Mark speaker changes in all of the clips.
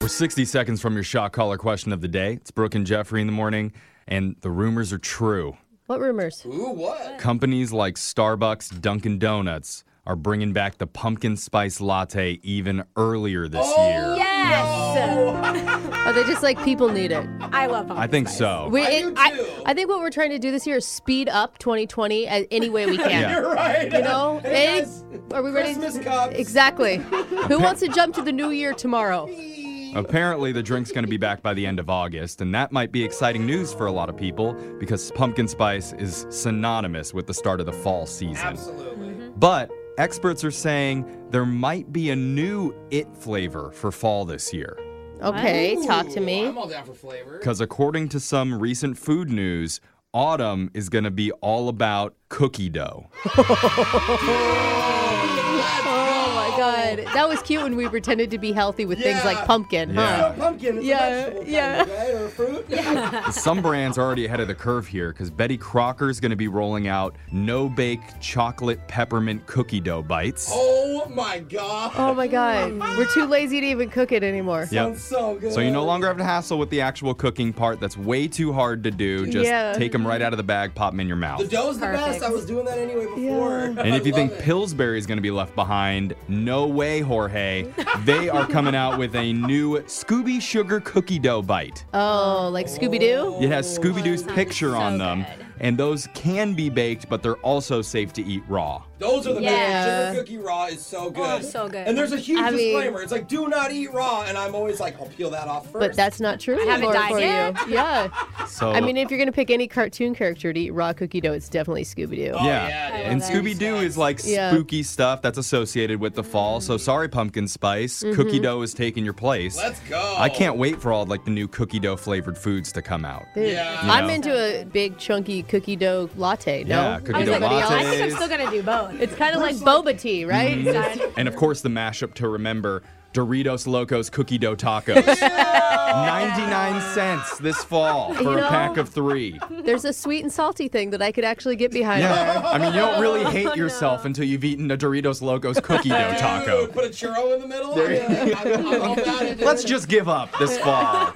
Speaker 1: We're 60 seconds from your shot caller question of the day. It's Brooke and Jeffrey in the morning, and the rumors are true.
Speaker 2: What rumors?
Speaker 3: Ooh, what?
Speaker 1: Companies like Starbucks, Dunkin' Donuts are bringing back the pumpkin spice latte even earlier this
Speaker 4: Oh,
Speaker 1: year.
Speaker 2: Yes. Are Oh, they just like people need it?
Speaker 4: I love pumpkin
Speaker 1: I think
Speaker 4: spice.
Speaker 1: so.
Speaker 2: We,
Speaker 3: I
Speaker 2: it-
Speaker 3: do too.
Speaker 2: I, I think what we're trying to do this year is speed up 2020 a- any way we can.
Speaker 1: Yeah.
Speaker 3: You're right.
Speaker 2: You know,
Speaker 3: Hey,
Speaker 2: Any-
Speaker 3: guys,
Speaker 2: are we ready?
Speaker 3: Christmas cups.
Speaker 2: Exactly. Who wants to jump to the new year tomorrow?
Speaker 1: Apparently, the drink's going to be back by the end of August, and that might be exciting news for a lot of people because pumpkin spice is synonymous with the start of the fall season.
Speaker 3: Absolutely.
Speaker 1: But experts are saying there might be a new it flavor for fall this year.
Speaker 2: Okay, talk to
Speaker 3: Ooh,
Speaker 2: me.
Speaker 3: I'm all down for flavor.
Speaker 1: Because according to some recent food news, autumn is going to be all about cookie dough.
Speaker 2: Oh my god, that was cute when we pretended to be healthy with things
Speaker 3: Yeah.
Speaker 2: like pumpkin,
Speaker 1: Yeah.
Speaker 2: huh?
Speaker 3: Pumpkin is
Speaker 2: Yeah,
Speaker 3: a vegetable, kind
Speaker 2: yeah.
Speaker 3: of, right? Or a fruit.
Speaker 1: some brands are already ahead of the curve here because Betty Crocker is going to be rolling out no bake chocolate peppermint cookie dough bites.
Speaker 3: Oh my god.
Speaker 2: Oh my god, we're too lazy to even cook it anymore.
Speaker 1: Yep.
Speaker 3: Sounds so good.
Speaker 1: So you no longer have to hassle with the actual cooking part. That's way too hard to do. Just
Speaker 2: Yeah.
Speaker 1: take them right out of the bag, pop them in your mouth.
Speaker 3: The dough's the best.
Speaker 4: Perfect.
Speaker 3: I was doing that anyway before.
Speaker 2: Yeah.
Speaker 1: And
Speaker 3: I
Speaker 1: if you think
Speaker 3: love it.
Speaker 1: Pillsbury is going to be left behind, no way, Jorge. They are coming out with a new Scooby Sugar cookie dough bite.
Speaker 2: Oh, like Scooby Doo?
Speaker 1: It has Scooby Doo's
Speaker 4: sounds
Speaker 1: picture
Speaker 4: so
Speaker 1: on them,
Speaker 4: good.
Speaker 1: and those can be baked, but they're also safe to eat raw.
Speaker 3: those are the
Speaker 2: Yeah. Oh,
Speaker 3: best. Sugar cookie raw is so good.
Speaker 4: so good.
Speaker 3: And there's a huge
Speaker 2: I mean-
Speaker 3: disclaimer. It's like do not eat raw, and I'm always like, I'll peel that off first.
Speaker 2: But that's not true
Speaker 4: haven't
Speaker 2: anymore
Speaker 4: died
Speaker 2: for
Speaker 4: yet.
Speaker 2: you. Yeah.
Speaker 1: So
Speaker 2: I mean, if you're gonna pick any cartoon character to eat raw cookie dough, it's definitely Scooby Doo.
Speaker 3: Oh,
Speaker 1: yeah.
Speaker 3: yeah, it
Speaker 1: and
Speaker 3: is.
Speaker 1: Scooby Doo is like
Speaker 2: Yeah.
Speaker 1: spooky stuff that's associated with the fall. So sorry, pumpkin spice.
Speaker 2: Mm-hmm.
Speaker 1: Cookie dough is taking your place.
Speaker 3: Let's go.
Speaker 1: I can't wait for all like the new cookie dough flavored foods to come out.
Speaker 2: Dude,
Speaker 3: Yeah.
Speaker 2: I'm
Speaker 1: Yeah.
Speaker 2: into a big chunky cookie dough latte. No,
Speaker 1: Yeah, cookie
Speaker 4: I, was
Speaker 1: dough
Speaker 4: like,
Speaker 2: Anybody
Speaker 1: latte. Mm-hmm.
Speaker 4: I
Speaker 2: else?
Speaker 4: think I'm still gonna do both.
Speaker 2: It's kind of like boba tea, right?
Speaker 1: And of course, the mashup to remember Doritos Locos Cookie Dough Tacos. 99 cents this fall for a
Speaker 2: know-
Speaker 1: pack of three.
Speaker 2: There's a sweet and salty thing that I could actually get behind.
Speaker 1: Yeah. I mean, you don't really hate yourself until you've eaten a Doritos Locos Cookie Dough
Speaker 3: Dude,
Speaker 1: Taco.
Speaker 3: Put a churro in the middle. Yeah, I'm, I'm all about it.
Speaker 1: Let's just give up this fall.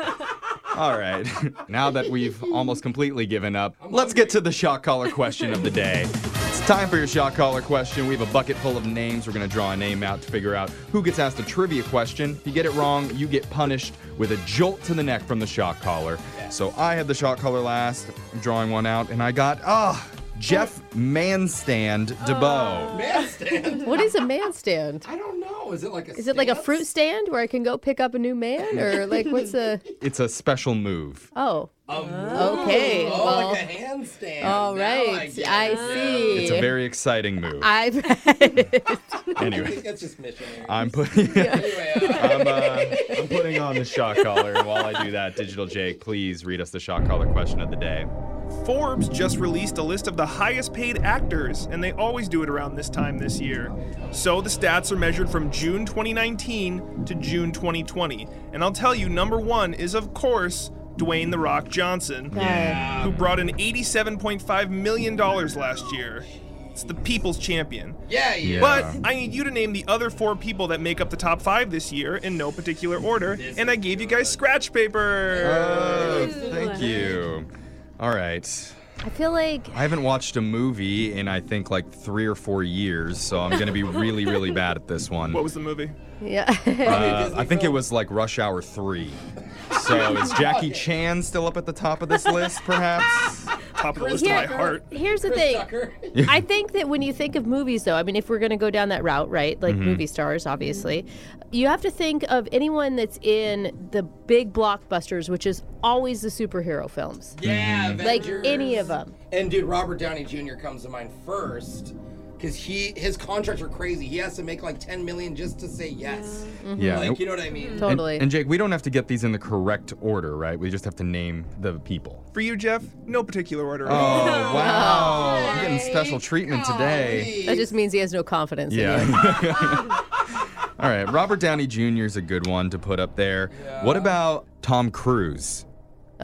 Speaker 1: All right. Now that we've almost completely given up, let's get to the shot caller question of the day. It's time for your shot caller question. We have a bucket full of names. We're going to draw a name out to figure out who gets asked a trivia question. If you get it wrong, you get punished with a jolt to the neck from the shot caller. So I had the shot caller last. I'm drawing one out, and I got, ah, Jeff Manstand DeBoe.
Speaker 3: Man stand.
Speaker 2: What is a man stand?
Speaker 3: I don't know. Is it like a?
Speaker 2: Is it like a fruit stand where I can go pick up a new man, or like what's a?
Speaker 1: It's a special move.
Speaker 2: Oh,
Speaker 3: Oh,
Speaker 2: okay. well,
Speaker 3: like a handstand.
Speaker 2: all
Speaker 3: Now I
Speaker 2: right.
Speaker 3: get
Speaker 2: I,
Speaker 3: it.
Speaker 2: see.
Speaker 1: It's a very exciting move.
Speaker 2: I
Speaker 3: I
Speaker 1: Anyway.
Speaker 3: think that's just missionary.
Speaker 1: I'm putting
Speaker 3: Anyway, uh,
Speaker 1: I'm, uh, I'm putting on the shock collar, and while I do that, Digital Jake, please read us the shock collar question of the day.
Speaker 5: Forbes just released a list of the highest paid actors, and they always do it around this time this year. So the stats are measured from June 2019 to June 2020. And I'll tell you, number one is, of course, Dwayne The Rock Johnson, who brought in $87.5 million last year. It's the people's champion.
Speaker 3: yeah, yeah.
Speaker 5: But I need you to name the other four people that make up the top five this year in no particular order, and I gave you guys scratch paper.
Speaker 1: Oh, thank you. All right.
Speaker 2: I feel like
Speaker 1: I haven't watched a movie in I think like three or four years, so I'm gonna be really, really bad at this one.
Speaker 5: What was the movie?
Speaker 2: yeah.
Speaker 1: Uh, I think it was like Rush Hour Three. So is Jackie Chan still up at the top of this list, perhaps?
Speaker 5: Top of the list
Speaker 2: Here-
Speaker 5: of my heart.
Speaker 2: Here's the thing.
Speaker 3: Tucker.
Speaker 2: I think that when you think of movies, though, I mean, if we're going to go down that route, right, like
Speaker 1: Mm-hmm.
Speaker 2: movie stars, obviously, you have to think of anyone that's in the big blockbusters, which is always the superhero films,
Speaker 3: Yeah,
Speaker 2: like
Speaker 3: Avengers.
Speaker 2: any of them.
Speaker 3: And dude, Robert Downey Jr. comes to mind first, because he his contracts are crazy. He has to make like 10 million just to say yes.
Speaker 1: Mm-hmm. Yeah.
Speaker 3: Like you know what I mean?
Speaker 1: And-
Speaker 2: Totally.
Speaker 1: and Jake, we don't have to get these in the correct order, right? We just have to name the people.
Speaker 5: For you, Jeff, no particular order.
Speaker 1: Oh, wow. I'm getting special treatment today.
Speaker 2: that just means he has no confidence. In you.
Speaker 1: Yeah. All right. Robert Downey Jr. is a good one to put up there. What about Tom Cruise?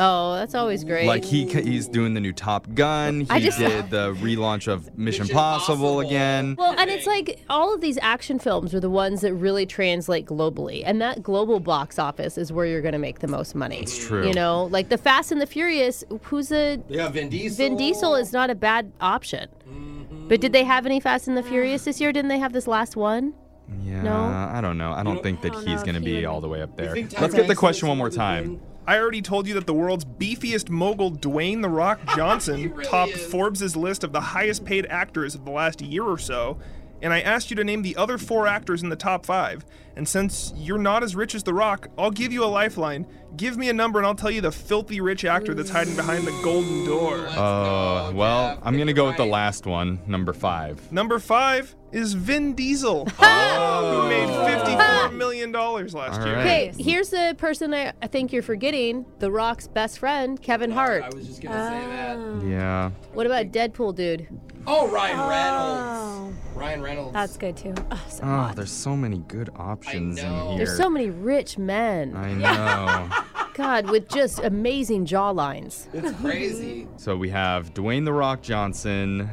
Speaker 2: Oh, that's always great.
Speaker 1: Like he c- he's doing the new Top Gun. He
Speaker 2: I just-
Speaker 1: did the relaunch of Mission,
Speaker 3: Mission
Speaker 1: Possible
Speaker 3: Possible.
Speaker 1: again.
Speaker 2: Well, and it's like all of these action films are the ones that really translate globally, and that global box office is where you're going to make the most money. It's
Speaker 1: true.
Speaker 2: You know, like the Fast and the Furious. Who's a
Speaker 3: Yeah, Vin Diesel.
Speaker 2: Vin Diesel is not a bad option.
Speaker 3: Mm-hmm.
Speaker 2: But did they have any Fast and the Furious this year? Didn't they have this last one?
Speaker 1: yeah,
Speaker 2: no.
Speaker 1: I don't know. I don't think that
Speaker 4: don't know
Speaker 1: he's
Speaker 4: if
Speaker 1: going to be
Speaker 4: he would
Speaker 1: all
Speaker 4: make
Speaker 1: the way up there.
Speaker 3: You think Tom
Speaker 1: Let's get the
Speaker 3: Hanks
Speaker 1: question
Speaker 3: is
Speaker 1: one more
Speaker 3: really
Speaker 1: time.
Speaker 5: I already told you that the world's beefiest mogul, Dwayne The Rock Johnson,
Speaker 3: really
Speaker 5: topped
Speaker 3: is.
Speaker 5: Forbes' list of the highest paid actors of the last year or so. And I asked you to name the other four actors in the top five. And since you're not as rich as The Rock, I'll give you a lifeline. Give me a number and I'll tell you the filthy rich actor that's hiding behind the golden door.
Speaker 1: Oh,
Speaker 3: go,
Speaker 1: well,
Speaker 3: Jeff.
Speaker 1: I'm going to
Speaker 3: You're
Speaker 1: go with the
Speaker 3: right.
Speaker 1: last one, number five.
Speaker 5: Number five is Vin Diesel, who made $54 million last
Speaker 1: Oh. All
Speaker 5: year.
Speaker 1: right.
Speaker 2: Okay, here's the person I, I think you're forgetting The Rock's best friend, Kevin
Speaker 3: I
Speaker 2: Hart.
Speaker 3: was just gonna say that.
Speaker 2: Oh.
Speaker 1: Yeah.
Speaker 2: What about Deadpool, dude?
Speaker 3: Oh, Ryan Reynolds.
Speaker 4: Oh,
Speaker 3: Ryan Reynolds.
Speaker 4: that's good too. Oh, so
Speaker 1: Oh, there's so many good options in
Speaker 3: know.
Speaker 1: here.
Speaker 2: There's so many rich men.
Speaker 1: I know.
Speaker 2: God, with just amazing jawlines.
Speaker 3: It's crazy.
Speaker 1: So we have Dwayne The Rock Johnson,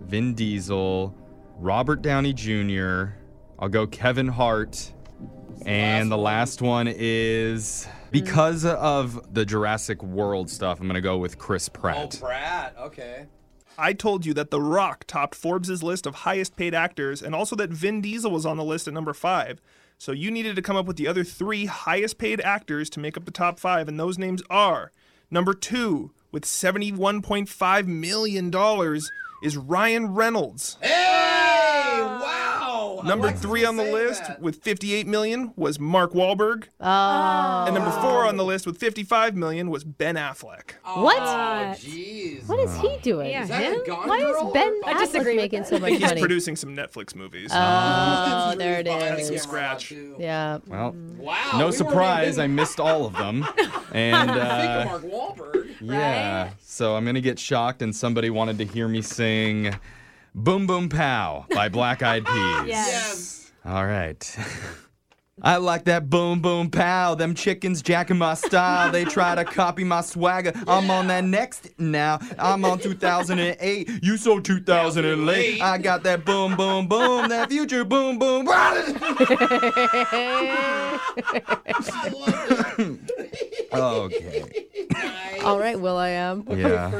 Speaker 1: Vin Diesel, Robert Downey Jr., I'll go Kevin Hart, and the last one is because of the Jurassic World stuff, I'm going to go with Chris
Speaker 3: oh,
Speaker 1: Pratt.
Speaker 3: Pratt. Okay.
Speaker 5: I told you that The Rock topped Forbes' list of highest paid actors and also that Vin Diesel was on the list at number five. So you needed to come up with the other three highest paid actors to make up the top five, and those names are number two, with $71.5 million, is Ryan Reynolds.
Speaker 3: Hey! Wow.
Speaker 5: Number
Speaker 3: Alexis
Speaker 5: three on the
Speaker 3: said
Speaker 5: list
Speaker 3: that.
Speaker 5: with 58 million was Mark Wahlberg.
Speaker 2: Oh.
Speaker 5: And number four on the list with 55 million was Ben Affleck.
Speaker 2: What?
Speaker 3: Oh, jeez.
Speaker 2: What is he doing?
Speaker 4: Yeah. Is
Speaker 3: that a Gone
Speaker 2: Why
Speaker 3: Girl?
Speaker 2: is Ben
Speaker 3: I
Speaker 2: Affleck
Speaker 4: disagree with
Speaker 2: making so much
Speaker 5: Uh, He's
Speaker 2: money?
Speaker 5: producing some Netflix movies.
Speaker 2: oh, there it
Speaker 3: Behind the camera
Speaker 2: is.
Speaker 5: scratch.
Speaker 3: now, too.
Speaker 2: Yeah.
Speaker 1: Well,
Speaker 3: Wow. Oh, we
Speaker 1: Uh, no
Speaker 3: weren't
Speaker 1: surprise, I
Speaker 3: even
Speaker 1: missed all of them. And
Speaker 3: thinking of
Speaker 1: uh,
Speaker 3: Mark Wahlberg.
Speaker 1: yeah, so I'm going to get shocked, and somebody wanted to hear me sing Boom Boom Pow by Black Eyed Peas.
Speaker 3: Yes.
Speaker 1: All right. I like that boom boom pow. Them chickens jacking my style. They try to copy my swagger. I'm on that next now. I'm on 2008. You so 2008. I got that boom boom boom. That future boom boom. oh
Speaker 3: I love it.
Speaker 1: Okay.
Speaker 2: All right, Will I am.
Speaker 1: Yeah.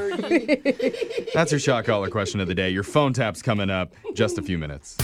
Speaker 1: That's your shot caller question of the day. Your phone tap's coming up just a few minutes.